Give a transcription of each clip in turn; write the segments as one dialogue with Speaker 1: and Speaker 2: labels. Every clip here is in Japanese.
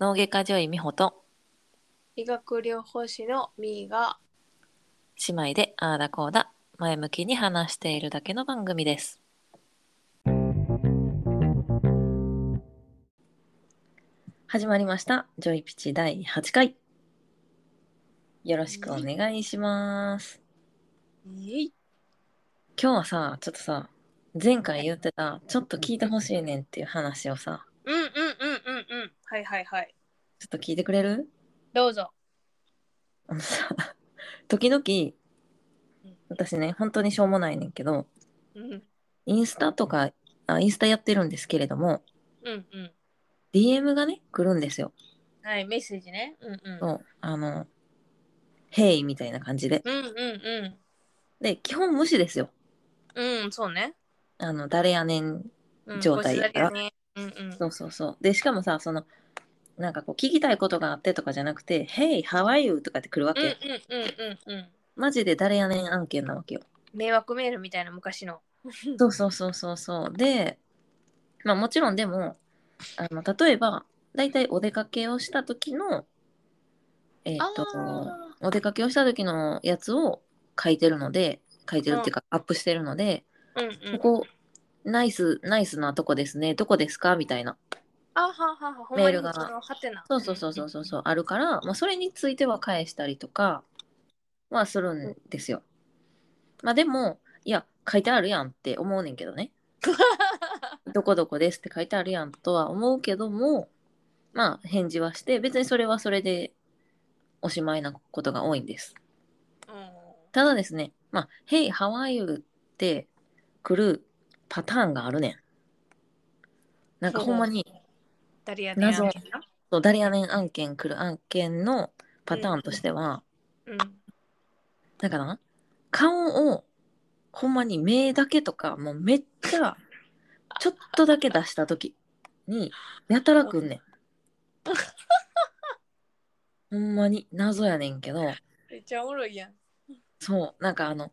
Speaker 1: 脳外科女医美穂と
Speaker 2: 医学療法士のみーが
Speaker 1: 姉妹でああだこうだ前向きに話しているだけの番組です始まりました「ジョイピチ第8回」よろしくお願いします
Speaker 2: い
Speaker 1: 今日はさちょっとさ前回言ってたちょっと聞いてほしいねんっていう話をさ
Speaker 2: うんうんうんうんうんはいはいはい
Speaker 1: ちょっと聞いてくれる
Speaker 2: どうぞ
Speaker 1: あのさ時々
Speaker 2: うん
Speaker 1: 私ね本当にしょうもないねんけど
Speaker 2: うん
Speaker 1: インスタとかあインスタやってるんですけれども
Speaker 2: うんうん
Speaker 1: DM がね来るんですよ。
Speaker 2: はいメッセージねうんうん
Speaker 1: そうあの「ヘイ」みたいな感じで。
Speaker 2: うんうん
Speaker 1: で基本無視ですよ。
Speaker 2: うんうんそうね、
Speaker 1: あの誰やねん。
Speaker 2: うん、
Speaker 1: 状態や
Speaker 2: だ
Speaker 1: か
Speaker 2: け
Speaker 1: ら
Speaker 2: ねうんうん
Speaker 1: そうそうそう。でしかもさそのなんかこう聞きたいことがあってとかじゃなくて「ヘイ How are you?」とかって来るわ
Speaker 2: う
Speaker 1: け、
Speaker 2: んうんうんうんうん
Speaker 1: マジで誰やねん案件なわけよ。
Speaker 2: 迷惑メールみたいな昔の
Speaker 1: そうそうそうそうそう。で、まあもちろんでも、あの例えば、大体お出かけをした時の、えーっと、
Speaker 2: あ
Speaker 1: お出かけをした時のやつを書いてるので、書いてるっていうか、アップしてるので、
Speaker 2: ーうんうん
Speaker 1: ここ、ナイス、ナイスなとこですね、どこですかみたいな。
Speaker 2: あはははほん
Speaker 1: メ
Speaker 2: ま
Speaker 1: ール
Speaker 2: に
Speaker 1: が
Speaker 2: そのハテナ
Speaker 1: そうそうそうそうそうそう、あるから、まあそれについては返したりとかはするんですよ。まあでも、いや、書いてあるやんって思うねんけどね。どこどこですって書いてあるやんとは思うけどもまあ返事はして別にそれはそれでおしまいなことが多いんです
Speaker 2: うん
Speaker 1: ただですねまあ「Hey how are you?」って来るパターンがあるねんなんかほんまに
Speaker 2: 誰やねん
Speaker 1: 謎
Speaker 2: やな
Speaker 1: そう誰やねん案件来る案件のパターンとしては、
Speaker 2: うん
Speaker 1: なんかな顔をほんまに目だけとかもうめっちゃちょっとだけ出した時にやたらくんねん。ほんまに謎やねんけど
Speaker 2: めっちゃおもろいやん
Speaker 1: そうなんかあの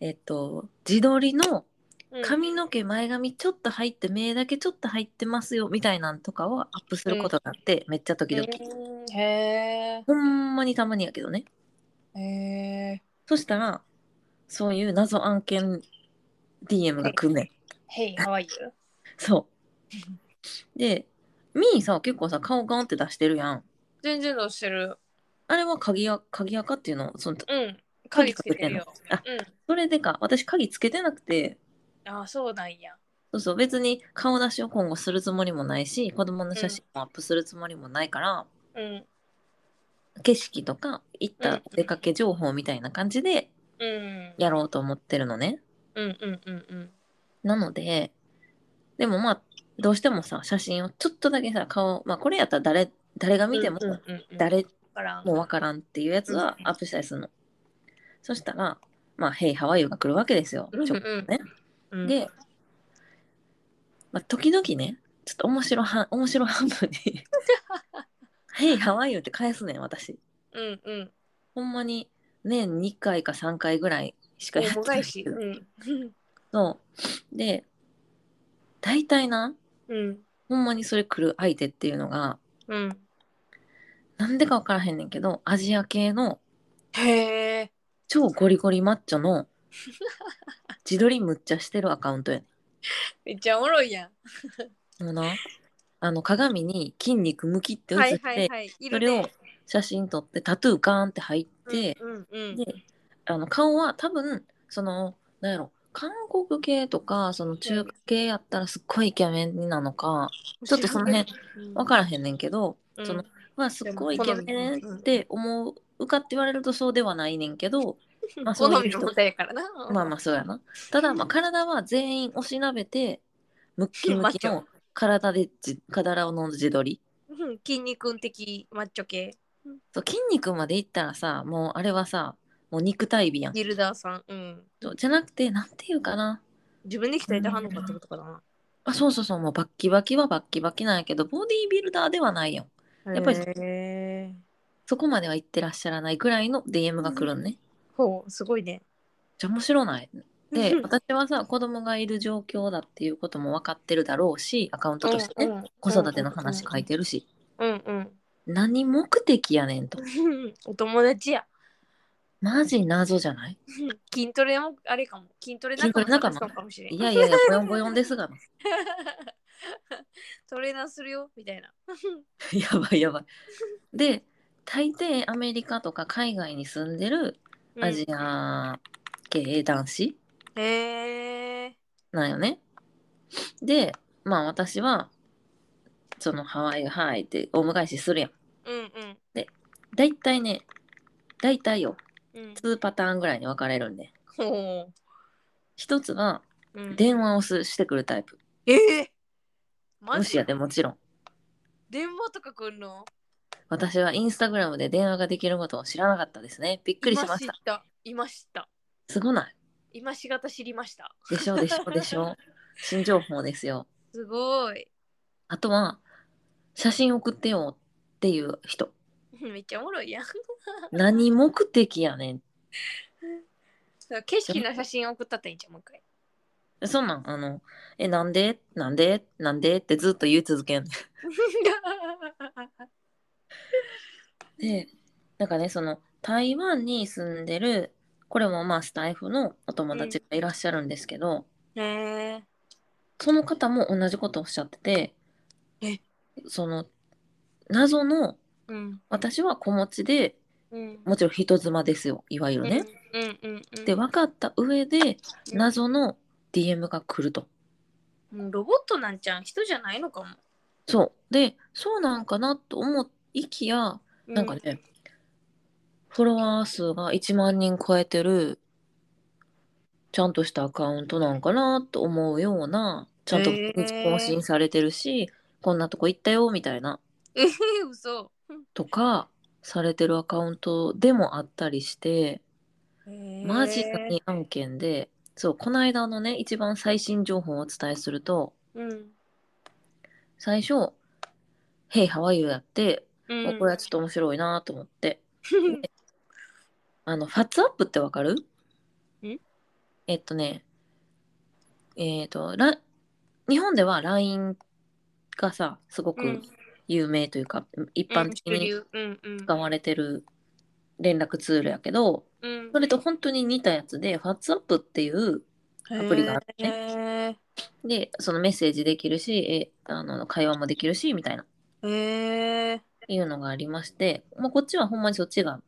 Speaker 1: えっと自撮りの
Speaker 2: うん
Speaker 1: 髪の毛前髪ちょっと入って目だけちょっと入ってますよみたいなんとかをアップすることがあってめっちゃ時々
Speaker 2: うんへ
Speaker 1: ほんまにたまにやけどね
Speaker 2: えへえ
Speaker 1: そしたらそういう謎案件 DM が来んねん。
Speaker 2: Hey, how are you?
Speaker 1: そう。で、ミーさ、結構さ、顔ガンって出してるやん。
Speaker 2: 全然どうしてる。
Speaker 1: あれは鍵や、鍵やかっていうのその、
Speaker 2: うん。
Speaker 1: 鍵
Speaker 2: 鍵
Speaker 1: か
Speaker 2: つ
Speaker 1: け
Speaker 2: け
Speaker 1: て
Speaker 2: て
Speaker 1: ん
Speaker 2: る
Speaker 1: の
Speaker 2: よ。
Speaker 1: あ、
Speaker 2: う
Speaker 1: それでか、私鍵つけてなくて、
Speaker 2: ん。ああ、そうなんや。
Speaker 1: そうそう、別に顔出しを今後するつもりもないし、子供の写真もアップするつもりもないから、
Speaker 2: うん。
Speaker 1: 景色とか行っ
Speaker 2: うんう
Speaker 1: た
Speaker 2: ん
Speaker 1: お出かけ情報みたいな感じで
Speaker 2: うん。
Speaker 1: やろうと思ってるのね。
Speaker 2: うんうんうんうん。
Speaker 1: なので、でもまあ、どうしてもさ、写真をちょっとだけさ、顔、まあこれやったら誰、誰が見ても、
Speaker 2: うんうんうん、
Speaker 1: 誰
Speaker 2: からん。
Speaker 1: もうわからんっていうやつは
Speaker 2: うん
Speaker 1: アップしたりするの。そしたら、まあ、ヘイハワイユが来るわけですよ。
Speaker 2: うんうん
Speaker 1: ちょっとね。
Speaker 2: うん、
Speaker 1: で、まあ、時々ね、ちょっと面白は面白半分 に ヘイハワイユって返すねん、私。
Speaker 2: うんうん。
Speaker 1: ほんまに年2回か3回ぐらいしか
Speaker 2: 大
Speaker 1: やって
Speaker 2: も
Speaker 1: な
Speaker 2: が
Speaker 1: い
Speaker 2: い
Speaker 1: け
Speaker 2: し。
Speaker 1: ど。
Speaker 2: うん。
Speaker 1: そう。で、大体な、
Speaker 2: うん。
Speaker 1: ほんまにそれ来る相手っていうのが、
Speaker 2: うん。
Speaker 1: なんでかわからへんねんけど、アジア系の
Speaker 2: へえ。
Speaker 1: 超ゴリゴリマッチョ の自撮りむっちゃしてるアカウントやね
Speaker 2: めっちゃおもろいや
Speaker 1: ん。もうなあの鏡に筋肉むきって
Speaker 2: ん。
Speaker 1: 写
Speaker 2: は
Speaker 1: し
Speaker 2: い
Speaker 1: て、
Speaker 2: はいはい。い
Speaker 1: そ
Speaker 2: る
Speaker 1: れを
Speaker 2: ね。
Speaker 1: 写真撮ってタトゥーガーンって入って、
Speaker 2: うんうん
Speaker 1: であの顔は多分そのなんやろ韓国系とかその中華系やったらすっごいイケメンなのか
Speaker 2: うん。
Speaker 1: ちょっとその辺
Speaker 2: うん、
Speaker 1: 分からへんねんけど、そのまあすっごいイケメンって思うかって言われるとそうではないねんけど、まあそういう
Speaker 2: 好みの答えやからな。
Speaker 1: まあまあそうやな。ただまあ体は全員押しなべてムッキムキの体でじ体をの自撮り。
Speaker 2: うん筋肉的マッチョ系。
Speaker 1: そう筋肉までいったらさもうあれはさもう肉体美やん。
Speaker 2: ギルダーさん。うん。
Speaker 1: そうじゃなくてなんていうかな。
Speaker 2: 自分で鍛えてはんのかってことかな。
Speaker 1: あそうそうそうもうバッキバキはバッキバキなんやけどボディービルダーではないやん。やっぱり
Speaker 2: り。
Speaker 1: そこまではいってらっしゃらないぐらいの DM が来るんね。
Speaker 2: ほう、すごいね。
Speaker 1: じゃ面白ない。で私はさ子供がいる状況だっていうことも分かってるだろうしアカウントとしてね、
Speaker 2: うんうん
Speaker 1: 子育ての話書いてるし、
Speaker 2: うんうん。
Speaker 1: 何目的やねんと
Speaker 2: お友達や。
Speaker 1: マジ謎じゃない
Speaker 2: 筋トレもあれかも。筋トレ仲間の人かもしれん
Speaker 1: いやいやいやボヨンボヨンですがな
Speaker 2: トレーナーするよみたいな。
Speaker 1: やばいやばいで大抵アメリカとか海外に住んでる
Speaker 2: うん
Speaker 1: アジア系男子、
Speaker 2: へえ。
Speaker 1: なんよね。でまあ私はそのハワイハイってお迎えしするやん。
Speaker 2: うんうん
Speaker 1: だいたいねだいたいよ
Speaker 2: うん。
Speaker 1: 2パターンぐらいに分かれるんで
Speaker 2: ほ
Speaker 1: 一つは
Speaker 2: う。うん、
Speaker 1: 電話をすしてくるタイプ
Speaker 2: ええマ
Speaker 1: 無視
Speaker 2: ジ
Speaker 1: やでもちろん
Speaker 2: 電話とか来んの
Speaker 1: 私はインスタグラムで電話ができることを知らなかったですねびっくりしました
Speaker 2: 今知った。
Speaker 1: すごない
Speaker 2: 今しがた知りました。
Speaker 1: でしょでしょでし ょ新情報ですよ
Speaker 2: すごい。
Speaker 1: あとは写真送ってよっていう人
Speaker 2: めっちゃおもろいやん。
Speaker 1: 何目的やねん
Speaker 2: 景色の写真送ったっていいんじゃん、もう 一回。
Speaker 1: そんなんあの「えなんでなんでなんで?」ってずっと言い続けんねんでなんかねその台湾に住んでるこれもまあスタイフのお友達がいらっしゃるんですけど、
Speaker 2: へえ。
Speaker 1: その方も同じことをおっしゃってて
Speaker 2: え
Speaker 1: その謎の
Speaker 2: うん。
Speaker 1: 私は子持ちで
Speaker 2: うん。
Speaker 1: もちろん人妻ですよいわゆるね。
Speaker 2: うんうんうん。
Speaker 1: で分かった上で
Speaker 2: うん
Speaker 1: 謎の DM が来ると。
Speaker 2: もうロボットなんじゃん人じゃないのかも。
Speaker 1: そうでそうなんかなと思いきやなんかね、フォロワー数が1万人超えてる、ちゃんとしたアカウントなんかなと思うような、ちゃんと
Speaker 2: へー
Speaker 1: 更新されてるし、こんなとこ行ったよみたいな、
Speaker 2: ええ 嘘。
Speaker 1: とか、されてるアカウントでもあったりして、マジ
Speaker 2: だ
Speaker 1: に案件で、そう、この間のね、一番最新情報をお伝えすると、
Speaker 2: うん。
Speaker 1: 最初、Hey, how are you? やって、
Speaker 2: う
Speaker 1: お
Speaker 2: ん、
Speaker 1: これはちょっと面白いなと思 って、あの、ファッツアップってわかる
Speaker 2: ん
Speaker 1: えっとね、えっ、と、ラ日本では LINE がさ、すご
Speaker 2: う
Speaker 1: く
Speaker 2: ん
Speaker 1: 有名というか、一般的
Speaker 2: うん主
Speaker 1: に
Speaker 2: 流うんうん
Speaker 1: 使われてる連絡ツールやけど、
Speaker 2: うん
Speaker 1: それと本当に似たやつで、ファッツアップっていう、アプリがあって
Speaker 2: ね。
Speaker 1: で、そのメッセージできるし、えあの会話もできるし、みたいな、
Speaker 2: へえ。
Speaker 1: いうのがありまして、もうこっちはほんまにそっちが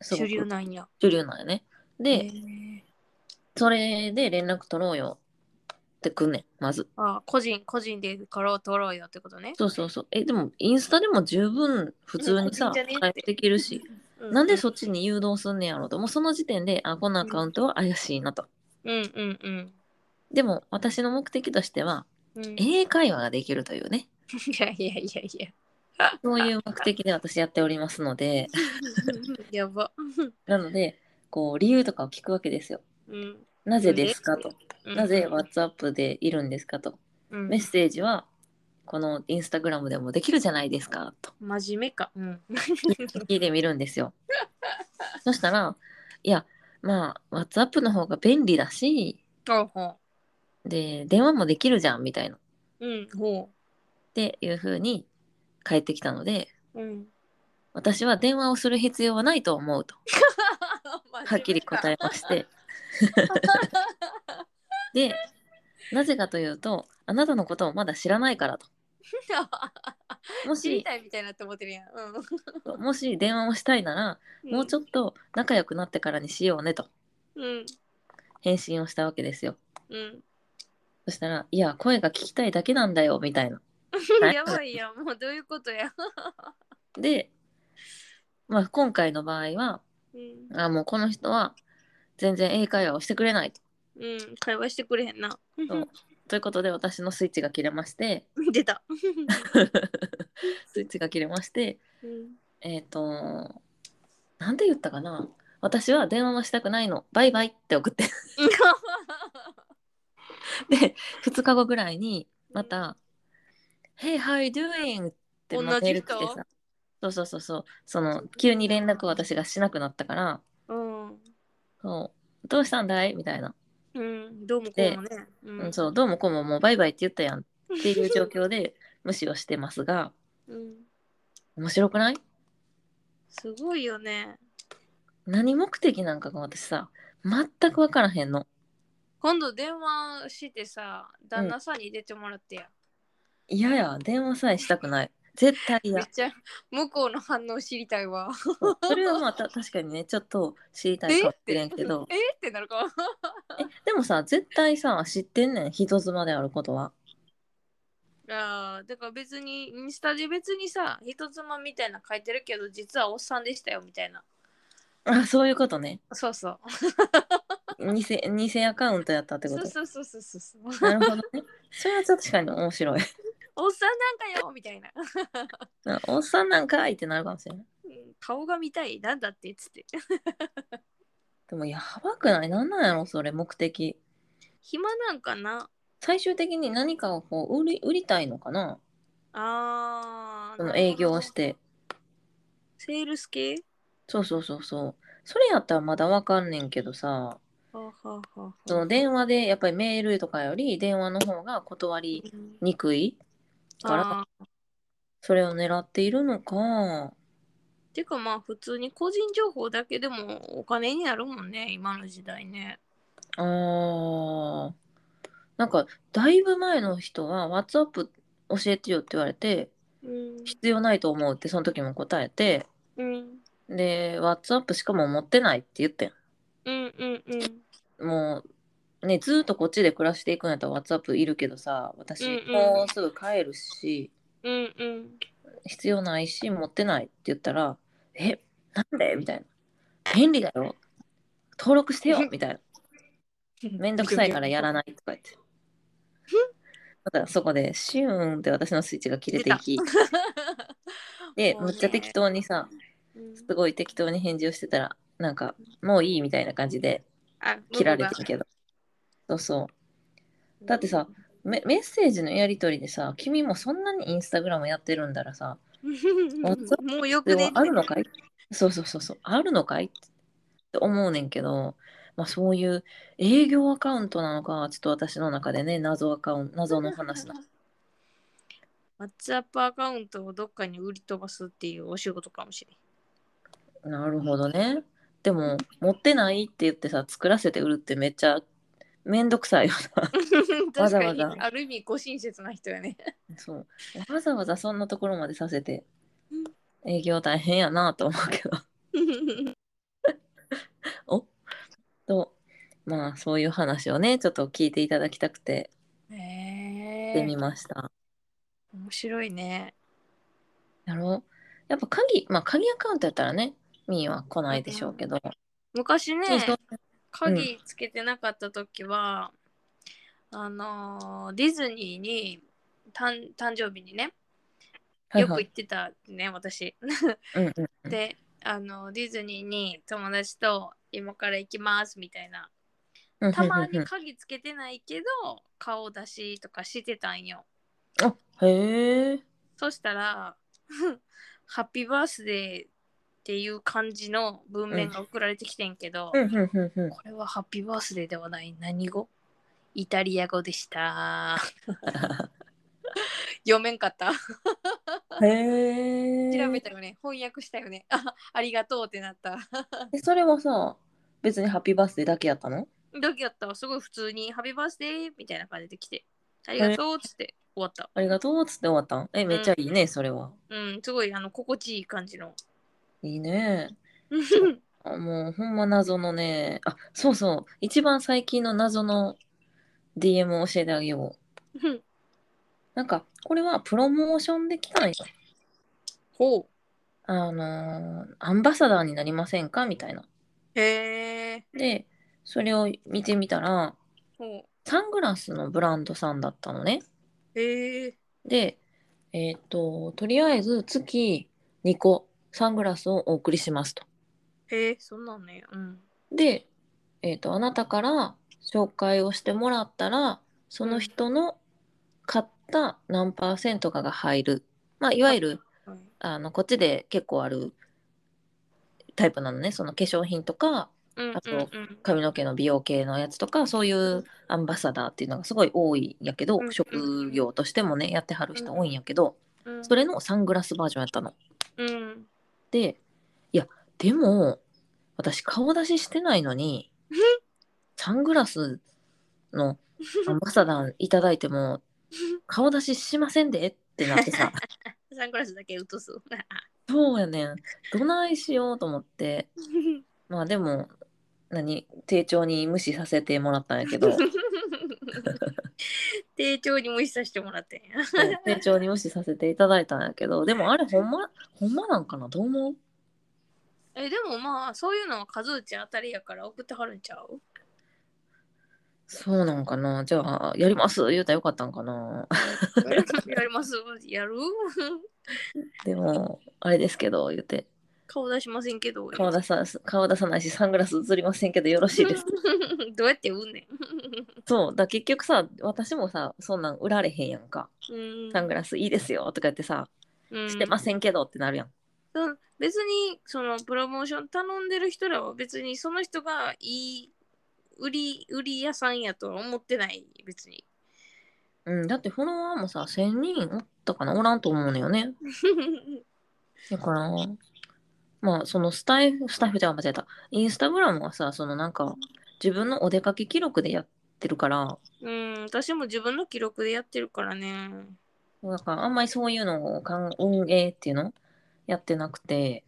Speaker 1: すご
Speaker 2: 主
Speaker 1: く
Speaker 2: 流なんや。
Speaker 1: 主流なんよね。で、
Speaker 2: へー
Speaker 1: それで連絡取ろうよってくんねんまず
Speaker 2: あ個人個人でから取ろうよってことね。
Speaker 1: そうそうそうえでもインスタでも十分普通に
Speaker 2: う
Speaker 1: さ
Speaker 2: んいいんじゃね
Speaker 1: 返ってできるし
Speaker 2: うう
Speaker 1: なんでそっちに誘導すんねやろうともうその時点であこのアカウントは怪しいなと
Speaker 2: うんうんうん。
Speaker 1: でも私の目的としては
Speaker 2: うん、い
Speaker 1: 英会話ができるというね
Speaker 2: やいやいやいや。
Speaker 1: そういう目的で私やっておりますので
Speaker 2: やば。
Speaker 1: なのでこう理由とかを聞くわけですよ
Speaker 2: うん、
Speaker 1: なぜですかと
Speaker 2: うん
Speaker 1: なぜ、WhatsApp でいるんですかと
Speaker 2: うん、
Speaker 1: メッセージはこのインスタグラムでもできるじゃないですかと
Speaker 2: 真面目か。うん。
Speaker 1: 聞いてみるんですよ。 そしたらいやまあ WhatsApp の方が便利だし
Speaker 2: ほうほ
Speaker 1: で電話もできるじゃんみたいなっ
Speaker 2: う。うんほ
Speaker 1: ていう風に返ってきたので
Speaker 2: う。 うん。
Speaker 1: 私は電話をする必要はないと思うとはっきり答
Speaker 2: え。
Speaker 1: えましてでなぜかというとあなたのことをまだ知らないからとも
Speaker 2: 知り
Speaker 1: した
Speaker 2: いみたいなって思ってるやん。
Speaker 1: もし電話をしたいなら
Speaker 2: うん、
Speaker 1: もうちょっと仲良くなってからにしようねと
Speaker 2: うん
Speaker 1: 返信をしたわけですよ
Speaker 2: うん。
Speaker 1: そしたら「いや声が聞きたいだけなんだよ」みたいなはい
Speaker 2: やばいやんもうどういうことや。
Speaker 1: で、まあ、今回の場合は
Speaker 2: うん、
Speaker 1: あもうこの人は全然英会話をしてくれないと。
Speaker 2: うん、会話してくれへんな。
Speaker 1: そうということで私のスイッチが切れまして
Speaker 2: 出た。
Speaker 1: スイッチが切れまして
Speaker 2: うん
Speaker 1: えっ、となんて言ったかな私は電話はしたくないのバイバイって送ってで2日後ぐらいにまた「Hey how you doing?」ってまたメール来て
Speaker 2: 同じ人
Speaker 1: さそうそうそうそうその急に連絡を私がしなくなったから
Speaker 2: うん。
Speaker 1: そうどうしたんだいみたいな
Speaker 2: うん、どうもこうもね。
Speaker 1: う、
Speaker 2: うん
Speaker 1: そうどうもこうももうバイバイって言ったやんっていう状況 で無視をしてますが
Speaker 2: うん。
Speaker 1: 面白くない
Speaker 2: すごいよね。
Speaker 1: 何目的なんかが私さ全く分からへんの
Speaker 2: 今度電話してさ、旦那さんに入れてもらってや。
Speaker 1: 嫌や電話さえしたくない絶対
Speaker 2: め
Speaker 1: 嫌
Speaker 2: っちゃ向こうの反応知りたい わ。
Speaker 1: そうそれはまあた確かにねちょっと知りたい
Speaker 2: え
Speaker 1: か
Speaker 2: っ
Speaker 1: もしてれんけど
Speaker 2: えってなるか。
Speaker 1: えでもさ絶対さ知ってんねん人妻であることは
Speaker 2: あーだから別にインスタで別にさ人妻みたいな書いてるけど実はおっさんでしたよみたいな
Speaker 1: あそういうことね
Speaker 2: そうそう
Speaker 1: 偽偽アカウントやったってこ
Speaker 2: そ
Speaker 1: と
Speaker 2: うそうそうそうそうそう
Speaker 1: なるほどねそれは確かに面白い
Speaker 2: おっさんなんかよみたいな
Speaker 1: なおっさんなんかいってなるかもしれない
Speaker 2: うん顔が見たいなんだってっつって
Speaker 1: でもやばくないなんなんやろそれ目的
Speaker 2: 暇なんかな
Speaker 1: 最終的に何かをこう売り売りたいのかな
Speaker 2: あー
Speaker 1: そ
Speaker 2: な
Speaker 1: の
Speaker 2: るほど
Speaker 1: 営業をして
Speaker 2: セールス系
Speaker 1: そうそうそうそうそれやったらまだわかんねんけどさ
Speaker 2: はあはあはあ
Speaker 1: その電話でやっぱりメールとかより電話の方が断り
Speaker 2: うん
Speaker 1: にくいから
Speaker 2: あー
Speaker 1: それを狙っているのか
Speaker 2: てかまあ普通に個人情報だけでもお金になるもんね今の時代ね
Speaker 1: あーなんかだいぶ前の人は WhatsApp 教えてよって言われて
Speaker 2: うん
Speaker 1: 必要ないと思うってその時も答えて
Speaker 2: うん
Speaker 1: で WhatsApp しかも持ってないって言ってん
Speaker 2: うんうんうん
Speaker 1: もうねずーっとこっちで暮らしていくんやったら WhatsApp いるけどさ私、
Speaker 2: うんうん
Speaker 1: もうすぐ帰るし
Speaker 2: うんうん
Speaker 1: 必要ないし持ってないって言ったら「えなんで?」みたいな「便利だよ登録してよ」みたいな「めんどくさいからやらない」とか言ってだからそこでシューンって私のスイッチが切れてい きで
Speaker 2: もう
Speaker 1: む
Speaker 2: ね
Speaker 1: っちゃ適当にさ
Speaker 2: うん
Speaker 1: すごい適当に返事をしてたらなんか「もういい」みたいな感じで
Speaker 2: あ
Speaker 1: 切られてるけどそうそうだってさ、メメッセージのやり取りでさ君もそんなにインスタグラムやってるんだらさ
Speaker 2: もうよ
Speaker 1: で
Speaker 2: く
Speaker 1: は
Speaker 2: ね
Speaker 1: あるのかいそうそうそうそうあるのかいって思うねんけど、まあ、そういう営業アカウントなのかちょっと私の中でね謎アカウント謎の話だ
Speaker 2: ワッツアップアカウントをどっかに売り飛ばすっていうお仕事かもしれん。
Speaker 1: なるほどねでも持ってないって言ってさ作らせて売るってめっちゃめんどくさいよなわ
Speaker 2: 確
Speaker 1: ざ
Speaker 2: か
Speaker 1: わ
Speaker 2: に
Speaker 1: ざ
Speaker 2: ある意味ご親切な人やね。
Speaker 1: そうわざわざそんなところまでさせて営業大変やなと思うけどおとまあそういう話をねちょっと聞いていただきたくて
Speaker 2: へ
Speaker 1: や
Speaker 2: え
Speaker 1: ってみました。
Speaker 2: 面白いね。
Speaker 1: やろうやっぱ鍵まあ鍵アカウントやったらねミーは来ないでしょうけど、
Speaker 2: 昔ね、
Speaker 1: そう
Speaker 2: 鍵つけてなかった時は、あのーディズニーに誕誕生日にね、
Speaker 1: はい
Speaker 2: よ
Speaker 1: は
Speaker 2: く
Speaker 1: い
Speaker 2: 行ってたね、私。
Speaker 1: うんうんうん
Speaker 2: で、あのディズニーに友達と今から行きますみたいな
Speaker 1: うん
Speaker 2: たま
Speaker 1: うんう
Speaker 2: に
Speaker 1: ん
Speaker 2: 鍵つけてないけど顔出しとかしてたんよ
Speaker 1: あへえ
Speaker 2: そしたら 「ハッピーバースデー」っていう感じの文面が送られてきてんけど、
Speaker 1: うんうんうんうん
Speaker 2: これはハッピーバースデーではない何語イタリア語でした 読めんかった
Speaker 1: へえ
Speaker 2: 調べたよね翻訳したよね あありがとうってなった
Speaker 1: えそれはさ別にハッピーバースデーだけやったの
Speaker 2: だけやったわすごい普通に「ハッピーバースデー」みたいな感じで来て「ありがとう」っつって終わった
Speaker 1: ありがとうっつって終わったんえめっちゃいいね、それは
Speaker 2: うんすごいあの心地いい感じ の
Speaker 1: いいねあもうほんま謎のねあそうそう一番最近の謎の DM を教えてあげようなんかこれはプロモーションで来たんよ
Speaker 2: ほ
Speaker 1: あのーアンバサダーになりませんかみたいな。
Speaker 2: うへえ
Speaker 1: で、それを見てみたら、
Speaker 2: ほ
Speaker 1: サングラスのブランドさんだったのね。
Speaker 2: うへえ
Speaker 1: で、えーっと、とりあえず月2個サングラスをお送りしますと。
Speaker 2: へえそんなんねうん
Speaker 1: で、えーっと、あなたから紹介をしてもらったら、その人の買った何パーセントかが入る。まあ、いわゆる、
Speaker 2: はい
Speaker 1: あの、こっちで結構あるタイプなのね。その化粧品とか、
Speaker 2: うん
Speaker 1: あと
Speaker 2: うんうん
Speaker 1: 髪の毛の美容系のやつとかそういうアンバサダーっていうのがすごい多いんやけど、
Speaker 2: うん
Speaker 1: 職業としてもねやってはる人多いんやけど、
Speaker 2: うん
Speaker 1: それのサングラスバージョンやったの。
Speaker 2: うん
Speaker 1: でいやでも私顔出ししてないのにサングラスのアンバサダーいただいても顔出ししませんでってなってさ
Speaker 2: サングラスだけ落とす
Speaker 1: そうやねんどないしようと思ってまあでも何丁重に無視させてもらったんやけ ど。
Speaker 2: 丁重に無視させてもらってんや
Speaker 1: そう丁重に無視させていただいたんやけどでもあれほんまほんまなんかなどう思う
Speaker 2: えでもまあそういうのは数打ち当たりやから送ってはるんち ゃう
Speaker 1: そうなんかなじゃあやります言うたらよかったんかな
Speaker 2: やりますやる
Speaker 1: でもあれですけど言って
Speaker 2: 顔出しませんけど
Speaker 1: 顔出さ顔出さないしサングラス映りませんけどよろしい です
Speaker 2: どうやって売んね
Speaker 1: そうだ結局さ私もさそんなん売られへんやんか
Speaker 2: んうん
Speaker 1: サングラスいいですよとか言ってさしてませんけどってなるやん
Speaker 2: うん別にそのプロモーション頼んでる人らは別にその人がいい売り売り屋さんやとは思ってない別に
Speaker 1: うん、だってフォロワーもさ1000人おったかなおらんと思うのよねだから、まあ、そのスタイフ、スタイフじゃ間違えた。インスタグラムはさ、そのなんか、自分のお出かけ記録でやってるから、
Speaker 2: うん私も自分の記録でやってるからね
Speaker 1: なんかあんまりそういうのをかん運営っていうのやってなくて、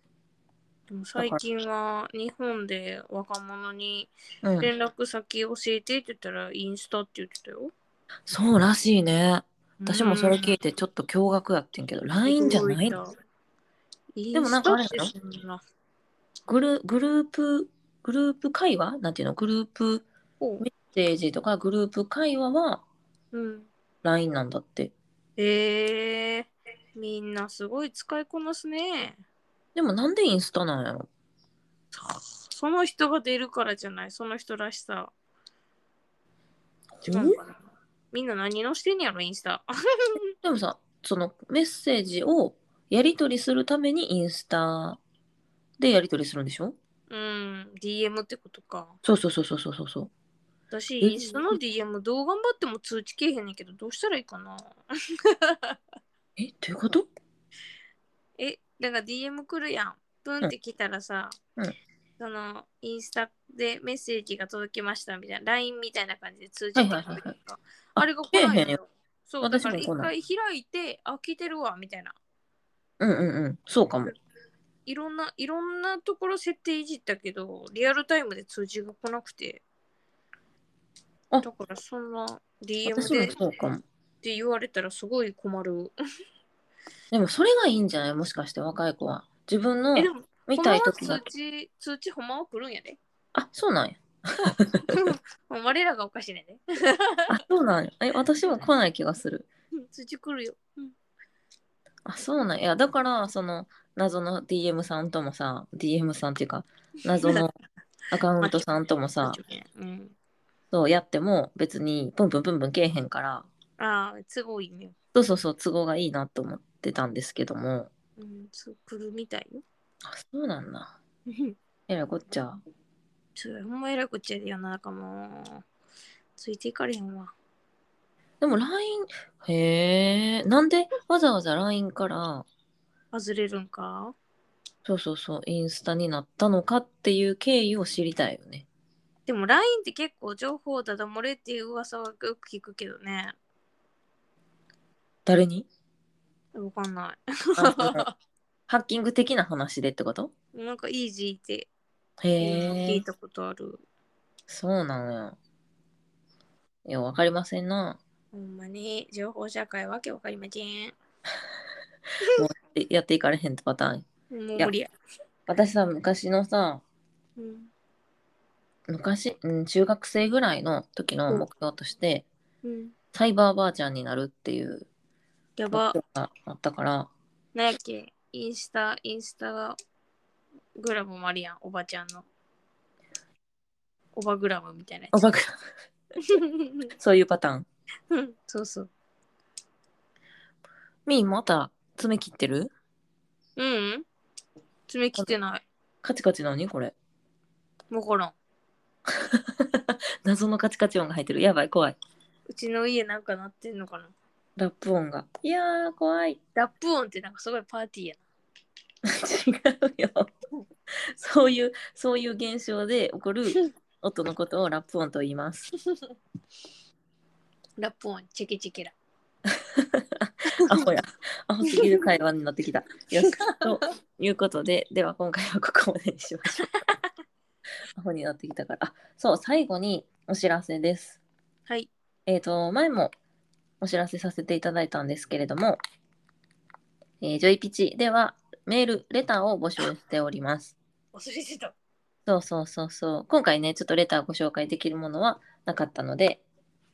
Speaker 2: でも最近は日本で若者に
Speaker 1: うん、
Speaker 2: 連絡先教えてって言ったらインスタって言ってたよ
Speaker 1: そうらしいね。私もそれ聞いてちょっと驚愕やってんけど、LINE じゃないの
Speaker 2: で
Speaker 1: でもなんかあれやろ
Speaker 2: ろ
Speaker 1: グルグループ、グループ会話なんていうのグループメッセージとかグループ会話は
Speaker 2: うん、
Speaker 1: LINE なんだって。
Speaker 2: えー、みんなすごい使いこなすね
Speaker 1: でもなんでインスタなんやろ
Speaker 2: その人が出るからじゃない、その人らしさ。違うのかなみんな何のしてんやろ、インスタ。
Speaker 1: でもさそのメッセージをやり取りするためにインスタでやり取りするんでしょ
Speaker 2: うん、DM ってことか。
Speaker 1: そうそうそうそうそうそうそう
Speaker 2: 私、
Speaker 1: え
Speaker 2: インスタの DM どう頑張っても通知けえへんねんけど、どうしたらいいかな。
Speaker 1: えどういうこと
Speaker 2: え、なんか DM 来るやん。プンって来たらさ、
Speaker 1: うん
Speaker 2: そのインスタでメッセージが届きましたみたいな、LINE みたいな感じで通知
Speaker 1: は
Speaker 2: が
Speaker 1: い
Speaker 2: 来る
Speaker 1: はいは
Speaker 2: やん
Speaker 1: いはい
Speaker 2: か
Speaker 1: あ
Speaker 2: あれが来ない
Speaker 1: 来えへん
Speaker 2: よ
Speaker 1: よ。
Speaker 2: そう、だ
Speaker 1: 私
Speaker 2: か
Speaker 1: も
Speaker 2: ら
Speaker 1: 来
Speaker 2: 一
Speaker 1: な
Speaker 2: 回開いて、あ、来てるわ、みたいな。
Speaker 1: うんうんうんそうかも
Speaker 2: いろんな、いろんなところ設定いじったけど、リアルタイムで通知が来なくて。
Speaker 1: あ
Speaker 2: だからそんな DM
Speaker 1: 私
Speaker 2: で
Speaker 1: も
Speaker 2: っ
Speaker 1: そうかも
Speaker 2: て言われたらすごい困る。
Speaker 1: でもそれがいいんじゃないもしかして若い子は自分の
Speaker 2: え、でも、
Speaker 1: 見
Speaker 2: ほんま
Speaker 1: たい
Speaker 2: は
Speaker 1: 時
Speaker 2: 通
Speaker 1: が
Speaker 2: 知、通知ほんまは来るんやで。
Speaker 1: あそうなんや
Speaker 2: うん我らがおかしいねんね。
Speaker 1: あそうなんやえ私も来ない気がする
Speaker 2: うん通知来るよ。うん
Speaker 1: あそうなんやいやだからその謎の DM さんともさ DM さんっていうか謎のアカウントさんとも さ
Speaker 2: うん、
Speaker 1: そうやっても別にプンプンプンプンけえへんから
Speaker 2: ああ、すごいね。
Speaker 1: そうそうそう都合がいいなと思ってたんですけども
Speaker 2: うん、そう来るみたいよ。
Speaker 1: あそうなんだ
Speaker 2: うん
Speaker 1: えらいこっちゃ
Speaker 2: そうやほんまえらいこっちゃで世の中もう。ついていかれへんわ。
Speaker 1: でも LINE へえなんでわざわざ LINE から
Speaker 2: 外れるんか
Speaker 1: そうそうそうインスタになったのかっていう経緯を知りたいよね
Speaker 2: でも LINE って結構情報だだ漏れっていう噂はよく聞くけどね。
Speaker 1: 誰に
Speaker 2: わかんな
Speaker 1: あその ハッキング的な話でってこと
Speaker 2: い。なんかイージーって聞
Speaker 1: へ
Speaker 2: い
Speaker 1: え
Speaker 2: たことある。
Speaker 1: そうなのよいやわかりませんな
Speaker 2: ほんまに情報社会わけわかりません。
Speaker 1: えやっていかれへんってパターン
Speaker 2: もう
Speaker 1: いや
Speaker 2: 無理や。
Speaker 1: 私さ昔のさ
Speaker 2: うん。
Speaker 1: 昔、うん、中学生ぐらいの時の
Speaker 2: うん
Speaker 1: 目標として、
Speaker 2: うん。
Speaker 1: サイバーばあちゃんになるっていう
Speaker 2: や
Speaker 1: 目
Speaker 2: ば。
Speaker 1: 標があったから
Speaker 2: なんやっけインスタ、インスタがグラムもあるやん、おばちゃんの。おばグラムみたいなや
Speaker 1: お
Speaker 2: つ。
Speaker 1: ばくそういうパターン
Speaker 2: うんそうそう。
Speaker 1: みーまた爪切ってる
Speaker 2: うん、うん。爪切ってない。
Speaker 1: カチカチなにこれ
Speaker 2: わからん。
Speaker 1: 謎のカチカチ音が入ってる。やばい、怖い。
Speaker 2: うちの家なんかなってんのかな。
Speaker 1: ラップ音が。いやー、怖い。
Speaker 2: ラップ音ってなんかすごいパーティーや
Speaker 1: 違うよ。そういう、そういう現象で起こる音のことをラップ音と言います。
Speaker 2: な。ラップ音、チェケチェケラ。
Speaker 1: アホや。アホすぎる会話になってきた。よし。ということで、では今回はここまでにしましょう。アホになってきたから。あ、そう、最後にお知らせです。
Speaker 2: はい。
Speaker 1: えっ、と、前もお知らせさせていただいたんですけれども、えージョイピチではメール、レターを募集しております。
Speaker 2: 忘れてた。
Speaker 1: そうそうそうそう。今回ね、ちょっとレターご紹介できるものはなかったので、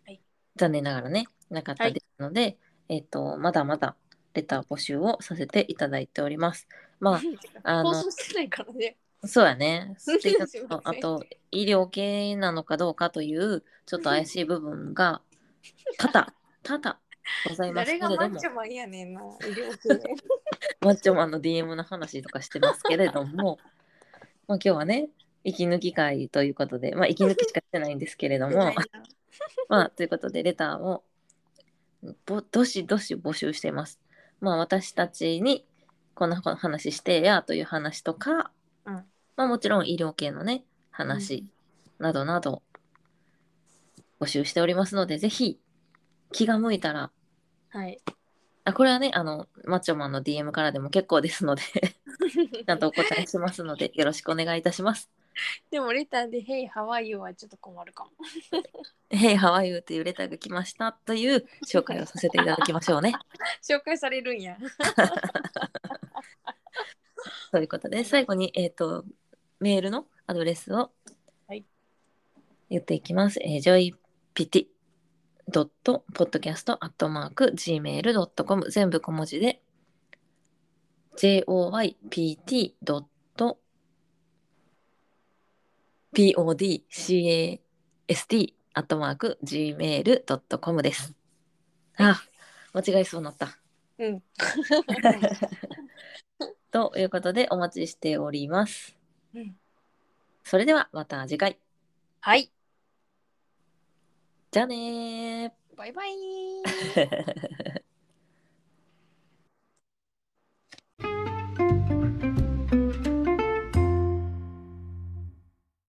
Speaker 2: はい
Speaker 1: 残念ながらね、なかったですので、えっ、と、まだまだレター募集をさせていただいております。まあの
Speaker 2: 放送してないからね。
Speaker 1: あ、 そうやね。
Speaker 2: そうですよね
Speaker 1: ステータスとあと、医療系なのかどうかという、ちょっと怪しい部分 が多々、多々ございます
Speaker 2: 誰
Speaker 1: け
Speaker 2: が
Speaker 1: れ
Speaker 2: マ
Speaker 1: ど
Speaker 2: ッ
Speaker 1: も
Speaker 2: チ、ョマンやねんな。医療系
Speaker 1: マッチョマンの DM の話とかしてますけれど も、まあ今日はね、息抜き会ということで、まあ息抜きしかしてないんですけれども、まあ、ということで、レターをぼどしどし募集しています。まあ、私たちにこんな話してやという話とか、
Speaker 2: うん
Speaker 1: まあ、もちろん医療系のね、話などなど募集しておりますので、ぜひ気が向いたら、
Speaker 2: はい。
Speaker 1: あこれはね、あの、マッチョマンの DM からでも結構ですの で、ちゃんとお答えしますので、よろしくお願いいたします。
Speaker 2: でもレターで「Hey, how are you?」はちょっと困るかも。
Speaker 1: Hey, how are you? というレターが来ましたという紹介をさせていただきましょうね。
Speaker 2: 紹介されるんや。
Speaker 1: ということで最後に、えー、とメールのアドレスを
Speaker 2: はい
Speaker 1: 言っていきます。えー、joypt.podcast.gmail.com 全部小文字で joypt.podcast.gmail.com です。あ、間違いそうになった。
Speaker 2: うん。
Speaker 1: ということでお待ちしております。
Speaker 2: うん
Speaker 1: それではまた次回。
Speaker 2: はい。
Speaker 1: じゃあね
Speaker 2: バイバイ。
Speaker 1: ー。